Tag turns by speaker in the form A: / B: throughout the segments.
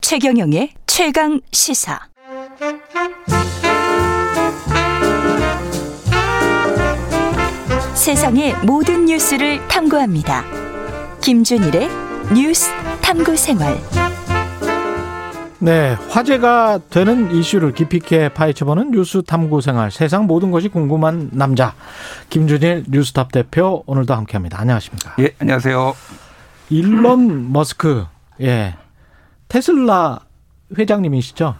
A: 최경영의 최강 시사. 세상의 모든 뉴스를 탐구합니다. 김준일의 뉴스 탐구 생활.
B: 네, 화제가 되는 이슈를 깊이 있게 파헤쳐보는 뉴스 탐구 생활. 세상 모든 것이 궁금한 남자. 김준일 뉴스탑 대표 오늘도 함께 합니다. 안녕하십니까.
C: 예, 안녕하세요.
B: 일론 머스크. 예. 테슬라 회장님이시죠?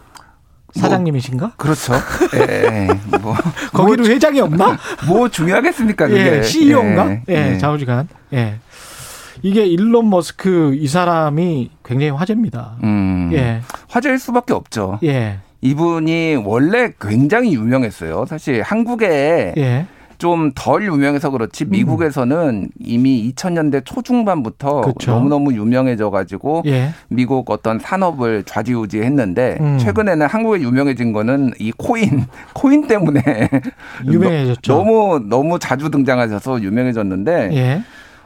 B: 사장님이신가?
C: 그렇죠. 예, 예, 뭐,
B: 거기로 회장이 없나?
C: 뭐 중요하겠습니까, 그게.
B: 예, CEO인가?
C: 예,
B: 예, 좌우지간. 예. 이게 일론 머스크 이 사람이 굉장히 화제입니다.
C: 음,
B: 예.
C: 화제일 수밖에 없죠.
B: 예.
C: 이분이 원래 굉장히 유명했어요. 사실 한국에
B: 예. 음.
C: 좀 덜 유명해서 그렇지 미국에서는 이미 2000년대 초중반부터
B: 그쵸.
C: 너무너무 유명해져 가지고
B: 그렇죠. 예.
C: 미국 어떤 산업을 좌지우지했는데
B: 음.
C: 최근에는 한국에 유명해진 거는 이 코인 코인 때문에
B: 어, 유명해졌죠.
C: 너- 너무 너무 자주 등장하셔서 유명해졌는데
B: 예.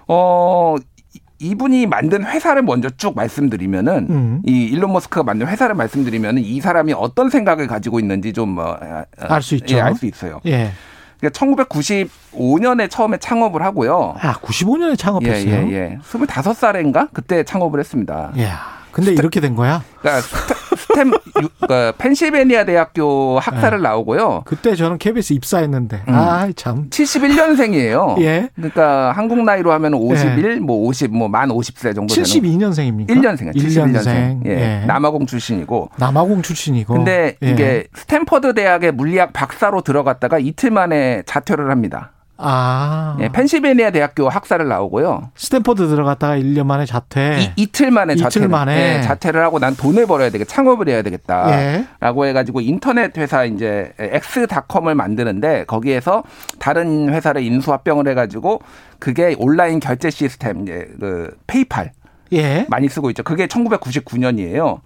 C: 어 이- 이분이 만든 회사를 먼저 쭉 말씀드리면은
B: 음.
C: 이 일론 머스크가 만든 회사를 말씀드리면은 이 사람이 어떤 생각을 가지고 있는지 좀알수 어,
B: 알수 있죠.
C: 예, 알수 있어요.
B: 예.
C: 그러니까 1995년에 처음에 창업을 하고요.
B: 아, 95년에
C: 예,
B: 창업했어요. 아, 예.
C: 예, 예. 25살인가? 그때 창업을 했습니다.
B: 야, 근데 이렇게 된 거야?
C: 그러니까 스테- 스템 유- 그러니까 펜실베니아 대학교
B: 예.
C: 학사를 나오고요.
B: 그때 저는 KBS 입사했는데.
C: 음. 어.
B: 아, 참.
C: 71년생이에요.
B: 예.
C: 그러니까 한국 나이로 하면 51, 뭐 50, 뭐 만 50세 정도 되는
B: 72년생입니까?
C: 1년생이야. 71년생. 예.
B: 예.
C: 남아공 출신이고.
B: 남아공 출신이고.
C: 근데
B: 예.
C: 이게 스탠퍼드 대학의 물리학 박사로 들어갔다가 이틀 만에 자퇴를 합니다.
B: 아.
C: 예, 펜실베니아 대학교 학사를 나오고요.
B: 스탠퍼드 들어갔다가 1년 만에 자퇴.
C: 이, 틀 만에
B: 예. 이틀
C: 자퇴를,
B: 만에.
C: 예, 자퇴를 하고 난 돈을 벌어야 되겠다. 창업을 해야 되겠다.
B: 예.
C: 라고 해가지고 인터넷 회사 이제 엑스닷컴을 만드는데 거기에서 다른 회사를 인수합병을 해가지고 그게 온라인 결제 시스템 이제 그 페이팔
B: 예.
C: 많이 쓰고 있죠. 그게 1999년이에요.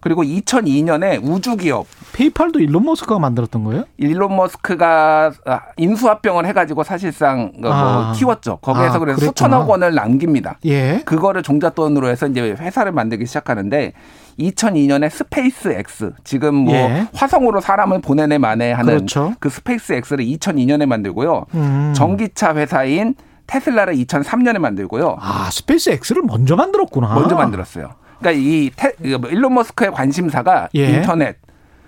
C: 그리고 2002년에 우주기업
B: 페이팔도 일론 머스크가 만들었던 거예요?
C: 일론 머스크가 아, 인수합병을 해가지고 사실상 뭐
B: 아.
C: 키웠죠. 거기에서
B: 아,
C: 그래서
B: 그랬구나.
C: 수천억 원을 남깁니다.
B: 예.
C: 그거를 종잣돈으로 해서 이제 회사를 만들기 시작하는데 2002년에 스페이스 X 지금 뭐
B: 예.
C: 화성으로 사람을 보내네 만에 하는
B: 그렇죠.
C: 그 스페이스 X를 2002년에 만들고요.
B: 음.
C: 전기차 회사인 테슬라를 2003년에 만들고요.
B: 아, 스페이스 X를 먼저 만들었구나.
C: 먼저 만들었어요. 그러니까 이 테, 일론 머스크의 관심사가
B: 예.
C: 인터넷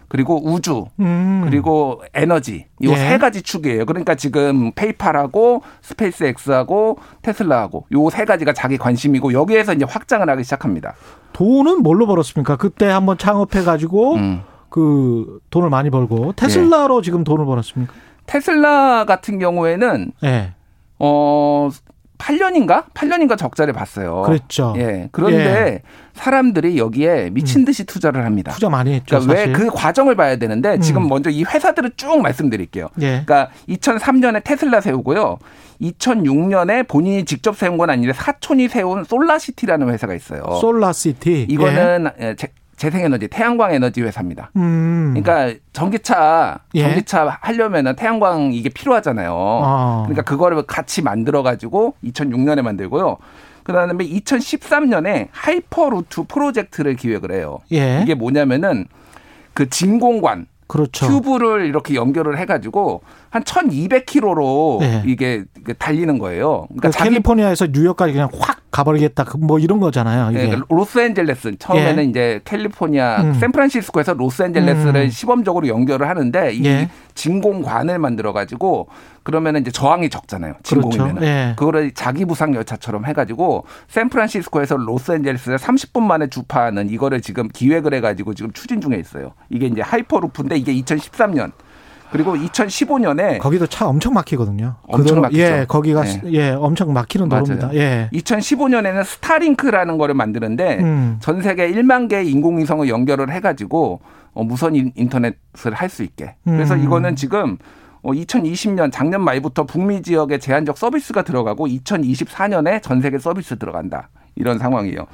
C: 그리고 우주
B: 음.
C: 그리고 에너지 이
B: 예.
C: 세 가지 축이에요. 그러니까 지금 페이팔하고 스페이스X하고 테슬라하고 요 세 가지가 자기 관심이고 여기에서 이제 확장을 하기 시작합니다.
B: 돈은 뭘로 벌었습니까? 그때 한번 창업해 가지고
C: 음. 예.
B: 그 돈을 많이 벌고 테슬라로 지금 돈을 벌었습니까?
C: 테슬라 같은 경우에는
B: 예.
C: 어 8년인가? 8년인가 적자를 봤어요.
B: 그랬죠.
C: 예. 그런데 사람들이 여기에
B: 음.
C: 미친 듯이 투자를 합니다.
B: 투자 많이 했죠,
C: 그러니까 왜
B: 사실.
C: 그 과정을 봐야 되는데 지금
B: 음.
C: 먼저 이 회사들을 쭉 말씀드릴게요.
B: 예.
C: 그러니까 2003년에 테슬라 세우고요. 2006년에 본인이 직접 세운 건 아닌데 사촌이 세운 솔라시티라는 회사가 있어요.
B: 솔라시티.
C: 이거는 예, 재- 재생에너지, 태양광 에너지 회사입니다.
B: 예. 음.
C: 그러니까 전기차
B: 예.
C: 전기차 하려면은 태양광 이게 필요하잖아요.
B: 어.
C: 그러니까 그거를 같이 만들어 가지고 2006년에 만들고요. 그다음에 2013년에 하이퍼루트 프로젝트를 기획을 해요.
B: 예.
C: 이게 뭐냐면은 그 진공관
B: 그렇죠.
C: 튜브를 이렇게 연결을 해가지고 한 1200km로
B: 네.
C: 이게 그 달리는 거예요. 그러니까
B: 그러니까
C: 자기
B: 캘리포니아에서 뉴욕까지 그냥 확 가버리겠다. 그뭐 이런 거잖아요. 이게. 예.
C: 예, 그러니까 로스앤젤레스 처음에는 이제 캘리포니아
B: 음.
C: 샌프란시스코에서 로스앤젤레스를
B: 음.
C: 시범적으로 연결을 하는데 이
B: 예.
C: 진공관을 만들어 가지고 그러면은 이제 저항이 적잖아요. 진공이면
B: 그렇죠. 예.
C: 그거를 자기 부상 열차처럼 해가지고 샌프란시스코에서 로스앤젤레스를 30분 만에 주파하는 이거를 지금 기획을 해가지고 지금 추진 중에 있어요. 이게 이제 하이퍼루프인데 이게 2013년 그리고 2015년에
B: 거기도 차 엄청 막히거든요.
C: 네. 엄청
B: 그대로-
C: 막히죠.
B: 예, 거기가
C: 예.
B: 예, 엄청 막히는
C: 맞아요.
B: 도로입니다. 예.
C: 2015년에는 스타링크라는 거를 만드는데
B: 음.
C: 전 세계 1만 개의 인공위성을 연결을 해가지고 어, 무선 인- 인터넷을 할 수 있게. 그래서
B: 음.
C: 이거는 지금 어, 2020년 작년 말부터 북미 지역에 제한적 서비스가 들어가고 2024년에 전 세계 서비스 들어간다. 이런 상황이에요.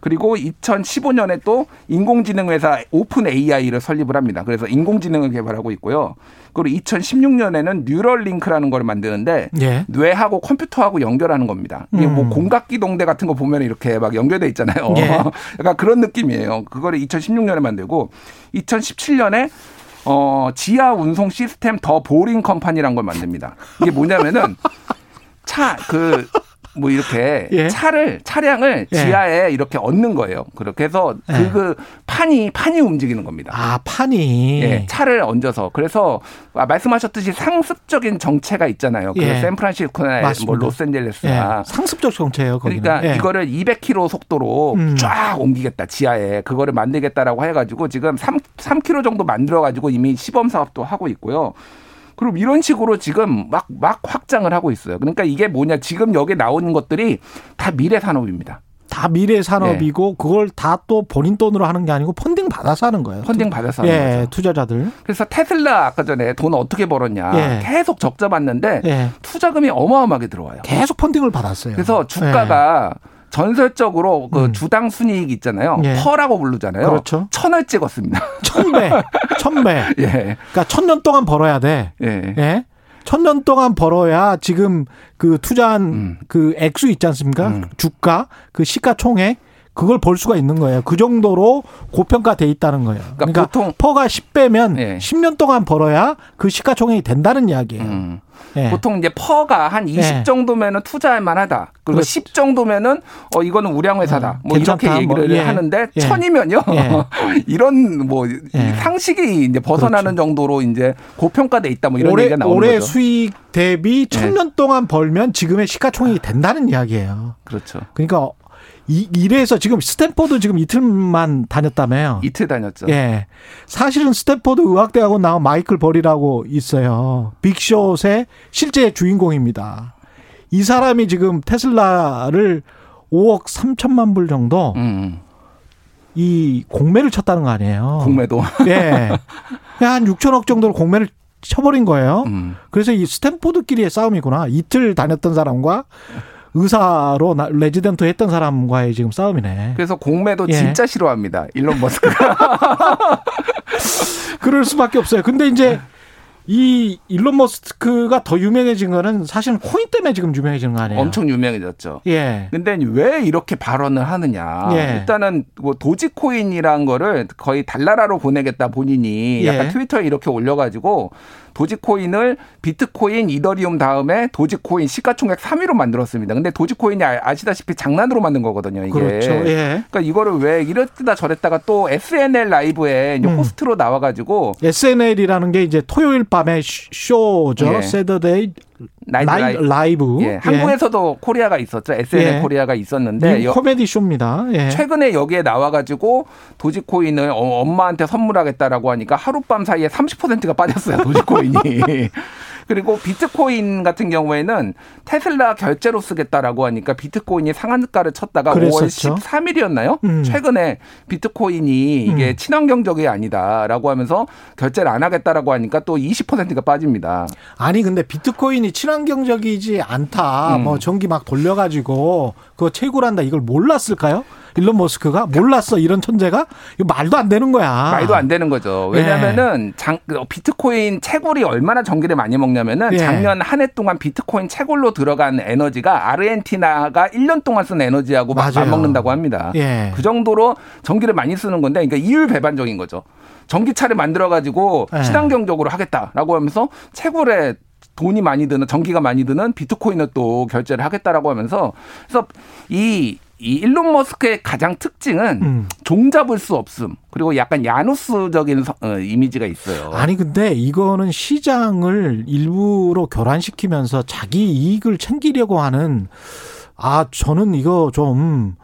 C: 그리고 2015년에 또 인공지능 회사 오픈 AI를 설립을 합니다. 그래서 인공지능을 개발하고 있고요. 그리고 2016년에는 뉴럴링크라는 걸 만드는데
B: 예.
C: 뇌하고 컴퓨터하고 연결하는 겁니다. 이게 뭐 공각기동대 같은 거 보면 이렇게 막 연결돼 있잖아요.
B: 음. 예.
C: 약간 그런 느낌이에요. 그거를 2016년에 만들고 2017년에 어 지하 운송 시스템 더 보링 컴퍼니란 걸 만듭니다. 이게 뭐냐면은 차 그 뭐 이렇게
B: 예.
C: 차를 차량을
B: 예.
C: 지하에 이렇게 얹는 거예요. 그렇게 해서 그,
B: 예.
C: 그 판이 판이 움직이는 겁니다.
B: 아, 판이.
C: 예, 차를 얹어서 그래서 아, 말씀하셨듯이 상습적인 정체가 있잖아요. 그
B: 예.
C: 샌프란시스코나 뭐
B: 맞습니다. 예.
C: 로스앤젤레스나
B: 상습적 정체예요, 거기는.
C: 아. 그러니까
B: 예.
C: 이거를 200km 속도로
B: 음.
C: 쫙 옮기겠다 지하에 그거를 만들겠다라고 해가지고 지금 3 3km 정도 만들어가지고 이미 시범 사업도 하고 있고요. 그럼 이런 식으로 지금 막 막 확장을 하고 있어요. 그러니까 이게 뭐냐 지금 여기 나오는 것들이 다 미래 산업입니다.
B: 다 미래 산업이고
C: 네.
B: 그걸 다 또 본인 돈으로 하는 게 아니고 펀딩 받아서 하는 거예요.
C: 펀딩 받아서 하는 거죠.
B: 예, 투자자들.
C: 그래서 테슬라 아까 전에 돈 어떻게 벌었냐
B: 예.
C: 계속 적자 봤는데
B: 예.
C: 투자금이 어마어마하게 들어와요.
B: 계속 펀딩을 받았어요.
C: 네.
B: 예.
C: 그래서 주가가 전설적으로 그
B: 네. 음.
C: 주당 순이익 있잖아요.
B: 예.
C: 퍼라고 부르잖아요.
B: 그렇죠.
C: 천을 찍었습니다.
B: 천배, 천배.
C: 예.
B: 그러니까 천년 동안 벌어야 돼.
C: 예.
B: 예. 천년 동안 벌어야 지금 그 투자한
C: 음.
B: 그 액수 있지 않습니까?
C: 음.
B: 주가, 그 시가총액 그걸 볼 수가 있는 거예요. 그 정도로 고평가돼 있다는 거예요. 그러니까,
C: 보통-
B: 퍼가 10배면
C: 예.
B: 10년 동안 벌어야 그 시가총액이 된다는 이야기예요.
C: 음.
B: 예.
C: 보통 이제 퍼가 한 20
B: 예.
C: 정도면은 투자할 만하다. 그리고
B: 그렇죠.
C: 10 정도면은 어 이거는 우량 회사다.
B: 음,
C: 뭐 이렇게
B: 괜찮다.
C: 얘기를
B: 뭐, 예.
C: 하는데
B: 예.
C: 천이면요. 이런 뭐이
B: 예. 그렇죠.
C: 상식이 이제 벗어나는 정도로 이제 고평가돼 있다 뭐 이런
B: 올해,
C: 얘기가 나오는
B: 올해
C: 거죠. 네.
B: 수익 대비 천년 동안 벌면 지금의 시가총액이 된다는 이야기예요.
C: 그렇죠.
B: 그러니까 이, 이래서 지금 스탠포드 지금 이틀만 다녔다며요.
C: 이틀 다녔죠.
B: 예. 사실은 스탠포드 의학대학원 나온 마이클 버리라고 있어요. 빅숏의 실제 주인공입니다. 이 사람이 지금 테슬라를 5억 3천만 불 정도
C: 음.
B: 이 공매를 쳤다는 거 아니에요.
C: 공매도.
B: 예. 한 6천억 정도로 공매를 쳐버린 거예요.
C: 음.
B: 그래서 이 스탠포드끼리의 싸움이구나. 이틀 다녔던 사람과 의사로 나- 레지던트 했던 사람과의 지금 싸움이네.
C: 그래서 공매도
B: 예.
C: 진짜 싫어합니다. 일론 머스크가.
B: 그럴 수밖에 없어요. 근데 이제 이 일론 머스크가 더 유명해진 거는 사실은 코인 때문에 지금 유명해진 거 아니에요?
C: 엄청 유명해졌죠.
B: 예.
C: 근데 왜 이렇게 발언을 하느냐.
B: 예.
C: 일단은 뭐 도지코인이란 거를 거의 달나라로 보내겠다 본인이
B: 예.
C: 약간 트위터에 이렇게 올려가지고 도지코인을 비트코인, 이더리움 다음에 도지코인 시가총액 3위로 만들었습니다. 근데 도지코인이 아- 아시다시피 장난으로 만든 거거든요. 이게.
B: 그렇죠. 예.
C: 그러니까 이거를 왜 이랬다 저랬다가 또 SNL 라이브에 이제
B: 음.
C: 호스트로 나와가지고
B: SNL이라는 게 이제 토요일 밤의 쇼- 쇼죠.
C: 예.
B: 세더데이
C: 나이트
B: 나이-
C: 라이브.
B: 라이브.
C: 예, 한국에서도 코리아가 있었죠. SNL
B: 예.
C: 코리아가
B: 네,
C: 있었는데 여-
B: 코미디 쇼입니다. 예.
C: 최근에 여기에 나와가지고 도지코인을 어, 엄마한테 선물하겠다라고 하니까 하룻밤 사이에 30%가 빠졌어요 도지코인이. 그리고 비트코인 같은 경우에는 테슬라 결제로 쓰겠다라고 하니까 비트코인이 상한가를 쳤다가
B: 그랬었죠.
C: 5월 13일이었나요?
B: 음.
C: 최근에 비트코인이 이게 친환경적이 아니다라고 하면서 결제를 안 하겠다라고 하니까 또 20%가 빠집니다.
B: 아니 근데 비트코인이 친환경적이지 않다.
C: 음.
B: 뭐 전기 막 돌려가지고 그거 최고란다. 이걸 몰랐을까요? 일론 머스크가 몰랐어 이런 천재가 이거 말도 안 되는 거야.
C: 말도 안 되는 거죠.
B: 예.
C: 왜냐면은 장- 그 비트코인 채굴이 얼마나 전기를 많이 먹냐면은
B: 예.
C: 작년 한 해 동안 비트코인 채굴로 들어간 에너지가 아르헨티나가 1년 동안 쓴 에너지하고 막
B: 맞아요.
C: 맞먹는다고 합니다.
B: 예.
C: 그 정도로 전기를 많이 쓰는 건데 그러니까 이율 배반적인 거죠. 전기차를 만들어 가지고
B: 예.
C: 친환경적으로 하겠다라고 하면서 채굴에 돈이 많이 드는 전기가 많이 드는 비트코인을 또 결제를 하겠다라고 하면서 그래서 이 이 일론 머스크의 가장 특징은
B: 음.
C: 종잡을 수 없음 그리고 약간 야누스적인 서- 어, 이미지가 있어요.
B: 아니 근데 이거는 시장을 일부러 교란시키면서 자기 이익을 챙기려고 하는 아 저는 이거 좀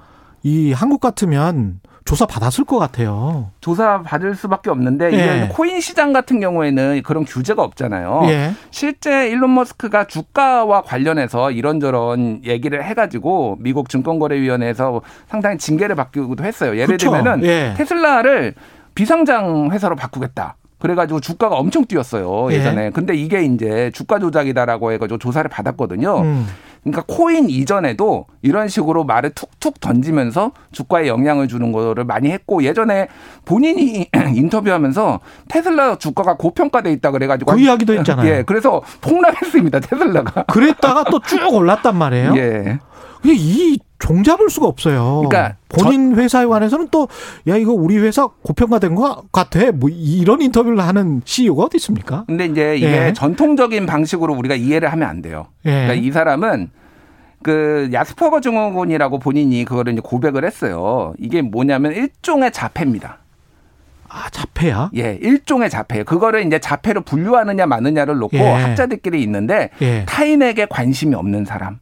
B: 이 한국 같으면 조사 받았을 것 같아요.
C: 조사 받을 수밖에 없는데 이게
B: 예.
C: 코인 시장 같은 경우에는 그런 규제가 없잖아요.
B: 예.
C: 실제 일론 머스크가 주가와 관련해서 이런저런 얘기를 해가지고 미국 증권거래위원회에서 상당히 징계를 받기도 했어요. 예를
B: 그쵸.
C: 들면은
B: 예.
C: 테슬라를 비상장 회사로 바꾸겠다. 그래가지고 주가가 엄청 뛰었어요
B: 예.
C: 예전에. 근데 이게 이제 주가 조작이다라고 해가지고 조사를 받았거든요.
B: 음.
C: 그러니까 코인 이전에도 이런 식으로 말을 툭툭 던지면서 주가에 영향을 주는 거를 많이 했고 예전에 본인이 인터뷰하면서 테슬라 주가가 고평가돼 있다 그래가지고
B: 그 이야기도 했잖아요.
C: 예, 그래서 폭락했습니다 테슬라가.
B: 그랬다가 또 쭉 올랐단 말이에요.
C: 예.
B: 근데 이 종잡을 수가 없어요.
C: 그러니까
B: 본인 회사에 관해서는 또 야 이거 우리 회사 고평가된 거 같아. 뭐 이런 인터뷰를 하는 CEO가 어디 있습니까?
C: 근데 이제 이게
B: 예.
C: 전통적인 방식으로 우리가 이해를 하면 안 돼요.
B: 예.
C: 그러니까 이 사람은 그 야스퍼거 증후군이라고 본인이 그거를 이제 고백을 했어요. 이게 뭐냐면 일종의 자폐입니다.
B: 아 자폐야.
C: 예, 일종의 자폐. 그거를 이제 자폐로 분류하느냐 마느냐를 놓고
B: 예.
C: 학자들끼리 있는데
B: 예.
C: 타인에게 관심이 없는 사람.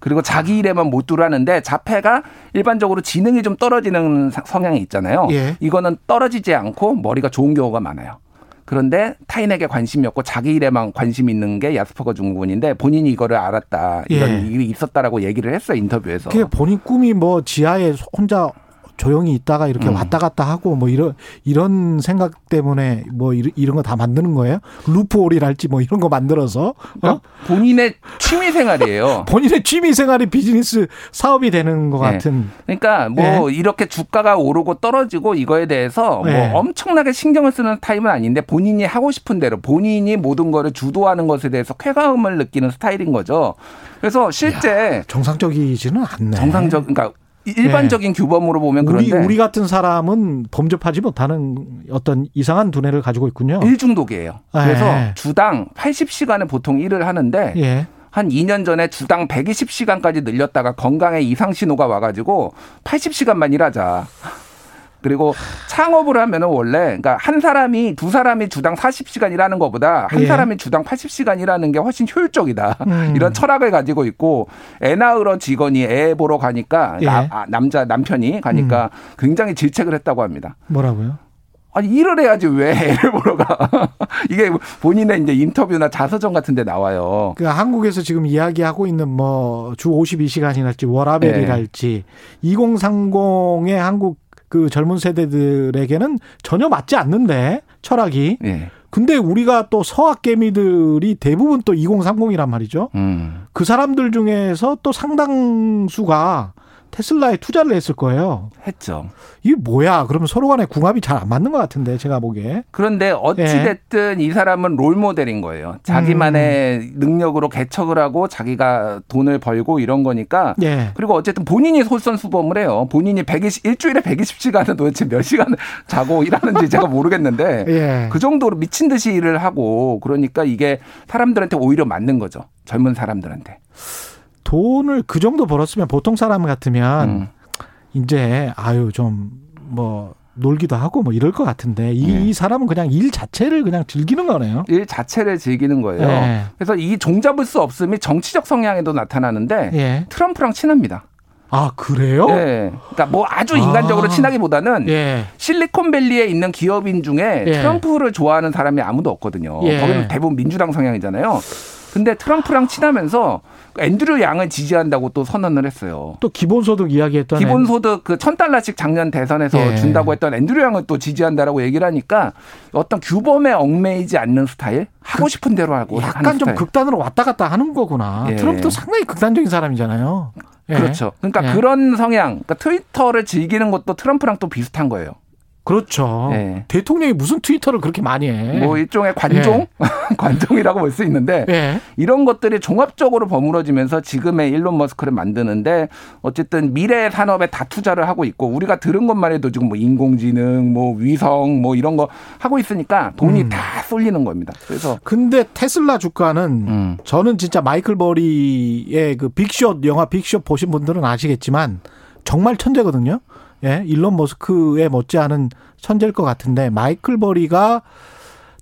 C: 그리고
B: 아.
C: 자기 일에만 못 들어하는데 자폐가 일반적으로 지능이 좀 떨어지는 사- 성향이 있잖아요.
B: 예.
C: 이거는 떨어지지 않고 머리가 좋은 경우가 많아요. 그런데 타인에게 관심이 없고 자기 일에만 관심이 있는 게 야스퍼거 증후군인데 본인이 이거를 알았다. 이런
B: 예.
C: 일이 있었다라고 얘기를 했어요. 인터뷰에서.
B: 그게 본인 꿈이 뭐 지하에 혼자 조용히 있다가 이렇게
C: 음.
B: 왔다 갔다 하고 뭐 이런 이런 생각 때문에 뭐 이런, 이런 거 다 만드는 거예요? 루프홀이랄지 뭐 이런 거 만들어서 어?
C: 그러니까 본인의 취미 생활이에요.
B: 본인의 취미 생활이 비즈니스 사업이 되는 것
C: 네.
B: 같은
C: 그러니까 뭐 이렇게 주가가 오르고 떨어지고 이거에 대해서
B: 네.
C: 뭐 엄청나게 신경을 쓰는 타입은 아닌데 본인이 하고 싶은 대로 본인이 모든 거를 주도하는 것에 대해서 쾌감을 느끼는 스타일인 거죠. 그래서
B: 네.
C: 실제
B: 정상적이지는 않네.
C: 정상적 그러니까 일반적인 규범으로 보면
B: 네. 우리
C: 그런데
B: 우리 같은 사람은 범접하지 못하는 어떤 이상한 두뇌를 가지고 있군요.
C: 일 중독이에요.
B: 네.
C: 그래서 주당 80시간을 보통 일을 하는데
B: 예.
C: 한 2년 전에 주당 120시간까지 늘렸다가 건강에 이상 신호가 와가지고 80시간만 일하자. 그리고 창업을 하면은 원래 그러니까 한 사람이 두 사람이 주당 40시간 일하는 것보다 한
B: 예.
C: 사람이 주당 80시간 일하는 게 훨씬 효율적이다.
B: 음.
C: 이런 철학을 가지고 있고 애 낳으러 직원이 애 보러 가니까
B: 예. 음.
C: 나- 아, 남자 남편이 가니까 굉장히 질책을 했다고 합니다.
B: 뭐라고요?
C: 아니 일을 해야지 왜 애를 보러 가? 이게 본인의 이제 인터뷰나 자서전 같은 데 나와요.
B: 그 한국에서 지금 이야기하고 있는 뭐 주 52시간이랄지 워라벨이랄지 2030의 한국 그 젊은 세대들에게는 전혀 맞지 않는데 철학이.
C: 예.
B: 근데 우리가 또 서학개미들이 대부분 또 2030이란 말이죠.
C: 음.
B: 그 사람들 중에서 또 상당수가 테슬라에 투자를 했을 거예요.
C: 했죠.
B: 이게 뭐야? 그러면 서로 간에 궁합이 잘 안 맞는 것 같은데 제가 보기에.
C: 그런데 어찌
B: 예.
C: 됐든 이 사람은 롤 모델인 거예요. 자기만의 능력으로 개척을 하고 자기가 돈을 벌고 이런 거니까.
B: 예.
C: 그리고 어쨌든 본인이 솔선수범을 해요. 본인이 120 일주일에 120시간은 도대체 몇 시간을 자고 일하는지 제가 모르겠는데
B: 예.
C: 그 정도로 미친 듯이 일을 하고 그러니까 이게 사람들한테 오히려 맞는 거죠. 젊은 사람들한테.
B: 돈을 그 정도 벌었으면 보통 사람 같으면
C: 음.
B: 이제 아유 좀 뭐 놀기도 하고 뭐 이럴 것 같은데 이,
C: 예.
B: 이 사람은 그냥 일 자체를 그냥 즐기는 거네요.
C: 일 자체를 즐기는 거예요.
B: 예.
C: 그래서 이 종잡을 수 없음이 정치적 성향에도 나타나는데
B: 예.
C: 트럼프랑 친합니다.
B: 아 그래요?
C: 예. 그러니까 뭐 아주 인간적으로
B: 아.
C: 친하기보다는
B: 예.
C: 실리콘밸리에 있는 기업인 중에
B: 예.
C: 트럼프를 좋아하는 사람이 아무도 없거든요.
B: 예.
C: 거기는 대부분 민주당 성향이잖아요. 근데 트럼프랑 친하면서 앤드류 양을 지지한다고 또 선언을 했어요.
B: 또 기본소득 이야기했던
C: 기본소득 그 1000달러씩 작년 대선에서
B: 예.
C: 준다고 했던 앤드류 양을 또 지지한다라고 얘기를 하니까 어떤 규범에 얽매이지 않는 스타일? 하고 싶은 대로 하고 하는
B: 그 약간 좀
C: 뭐 스타일.
B: 극단으로 왔다 갔다 하는 거구나.
C: 예.
B: 트럼프도 상당히 극단적인 사람이잖아요. 예.
C: 그렇죠. 그러니까
B: 예.
C: 그런 성향, 그러니까 트위터를 즐기는 것도 트럼프랑 또 비슷한 거예요.
B: 그렇죠.
C: 예.
B: 대통령이 무슨 트위터를 그렇게 많이 해?
C: 뭐 일종의 관종, 관종이라고 볼 수 있는데
B: 예.
C: 이런 것들이 종합적으로 버무려지면서 지금의 일론 머스크를 만드는데 어쨌든 미래 산업에 다 투자를 하고 있고 우리가 들은 것만 해도 지금 뭐 인공지능, 뭐 위성, 뭐 이런 거 하고 있으니까
B: 음.
C: 돈이 다 쏠리는 겁니다. 그래서
B: 근데 테슬라 주가는
C: 음.
B: 저는 진짜 마이클 버리의 그 빅숏 영화 빅숏 보신 분들은 아시겠지만 정말 천재거든요. 예, 일론 머스크에 못지않은 천재일 것 같은데 마이클 버리가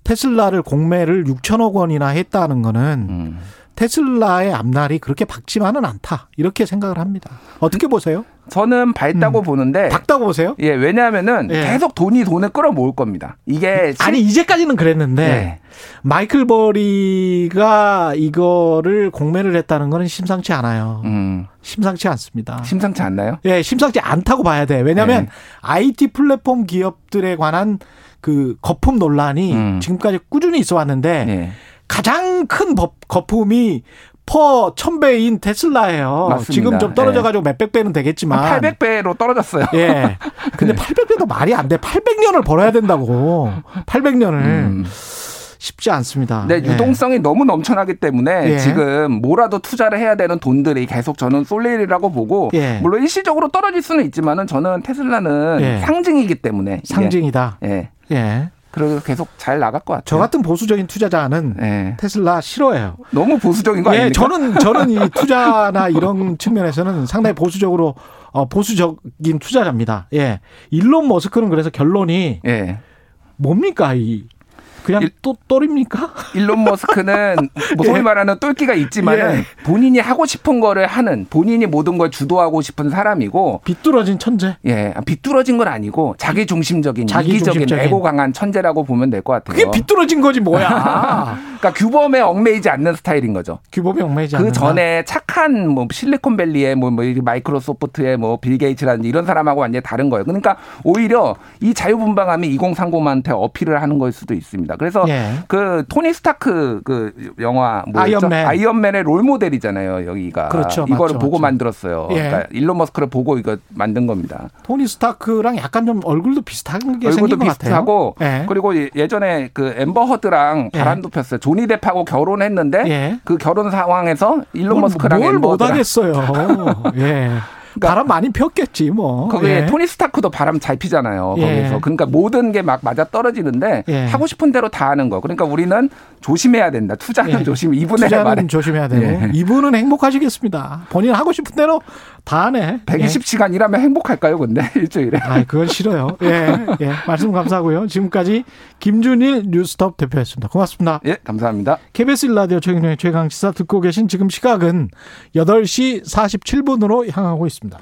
B: 테슬라를 공매를 6천억 원이나 했다는 거는
C: 음.
B: 테슬라의 앞날이 그렇게 밝지만은 않다 이렇게 생각을 합니다. 어떻게 보세요?
C: 저는 밝다고 보는데
B: 밝다고 보세요?
C: 예 왜냐하면은
B: 음. 예.
C: 계속 돈이 돈을 끌어모을 겁니다. 이게 실-
B: 아니 네. 이제까지는 그랬는데
C: 예.
B: 마이클 버리가 이거를 공매를 했다는 거는 심상치 않아요.
C: 음,
B: 심상치 않습니다.
C: 심상치 않나요?
B: 예, 심상치 않다고 봐야 돼. 왜냐하면
C: 네.
B: IT 플랫폼 기업들에 관한 그 거품 논란이
C: 음.
B: 네.
C: 네.
B: 지금까지 꾸준히 있어 왔는데
C: 예.
B: 가장 큰 법- 거품이 퍼 1000배인 테슬라예요.
C: 맞습니다. 네.
B: 지금 좀 떨어져 가지고 몇백 배는 되겠지만
C: 800배로 떨어졌어요.
B: 예.
C: 네.
B: 근데 800배도 말이 안 돼. 800년을 벌어야 된다고. 800년을
C: 음.
B: 쉽지 않습니다.
C: 네,
B: 예.
C: 유동성이 너무 넘쳐나기 때문에
B: 예.
C: 지금 뭐라도 투자를 해야 되는 돈들이 계속 저는 쏠리라고 보고
B: 예.
C: 물론 일시적으로 떨어질 수는 있지만은 저는 테슬라는
B: 예.
C: 상징이기 때문에 이게,
B: 상징이다.
C: 예.
B: 예.
C: 그래서 계속 잘 나갈 것 같아요.
B: 저 같은 보수적인 투자자는
C: 예.
B: 테슬라 싫어해요.
C: 너무 보수적인 거
B: 예,
C: 아닙니까?
B: 저는 저는 이 투자나 이런 측면에서는 상당히 보수적으로 어, 보수적인 투자자입니다. 예, 일론 머스크는 그래서 결론이
C: 예.
B: 뭡니까 이 그냥
C: 일-
B: 또 또립니까?
C: 일론 머스크는 뭐
B: 예.
C: 소위 말하는 똘끼가 있지만 은 본인이 하고 싶은 거를 하는 본인이 모든 걸 주도하고 싶은 사람이고
B: 비뚤어진 천재.
C: 예, 비뚤어진 건 아니고 자기 중심적인
B: 자기중심적인.
C: 이기적인 애고 강한 천재라고 보면 될 것 같아요.
B: 그게 비뚤어진 거지 뭐야.
C: 그러니까 규범에 얽매이지 않는 스타일인 거죠.
B: 규범이 얽매이지 않는
C: 그 전에 착한 뭐 실리콘밸리의 뭐, 뭐 이렇게 마이크로소프트의 뭐빌 게이츠라든지 이런 사람하고 완전히 다른 거예요. 그러니까 오히려 이 자유분방함이 2030한테 어필을 하는 걸 수도 있습니다. 그래서
B: 예.
C: 그 토니 스타크 그 영화 뭐였죠?
B: 아이언맨.
C: 아이언맨의 롤 모델이잖아요. 여기가
B: 그렇죠.
C: 이거를
B: 맞죠,
C: 보고
B: 맞죠.
C: 만들었어요.
B: 예.
C: 그러니까 일론 머스크를 보고 이거 만든 겁니다.
B: 토니 스타크랑 약간 좀 얼굴도 비슷한 게
C: 얼굴도
B: 생긴 것
C: 비슷하고
B: 같아요. 예.
C: 그리고 예- 예전에 그 엠버 허드랑
B: 예.
C: 바람도 폈어요. 조니 뎁하고 결혼했는데
B: 예.
C: 그 결혼 상황에서 일론
B: 뭘-
C: 머스크랑
B: 뭘
C: 엠버 허드랑
B: 못하겠어요. 예. 바람 많이 폈겠지 뭐.
C: 거기에
B: 예.
C: 토니 스타크도 바람 잘 피잖아요.
B: 예.
C: 거기서 그러니까 모든 게 막 맞아 떨어지는데
B: 예.
C: 하고 싶은 대로 다 하는 거. 그러니까 우리는 조심해야 된다. 투자는
B: 예.
C: 조심. 이분의 말에
B: 투자는 조심해야 되고
C: 예.
B: 이분은 행복하시겠습니다. 본인 하고 싶은 대로 다 하네. 예.
C: 120시간 일하면 행복할까요? 근데 일주일에.
B: 아, 그건 싫어요. 예, 예. 말씀 감사하고요. 지금까지 김준일 뉴스톱 대표였습니다. 고맙습니다.
C: 예, 감사합니다.
B: KBS 일라디오 최경영의 최강시사 듣고 계신 지금 시각은 8시 47분으로 향하고 있습니다.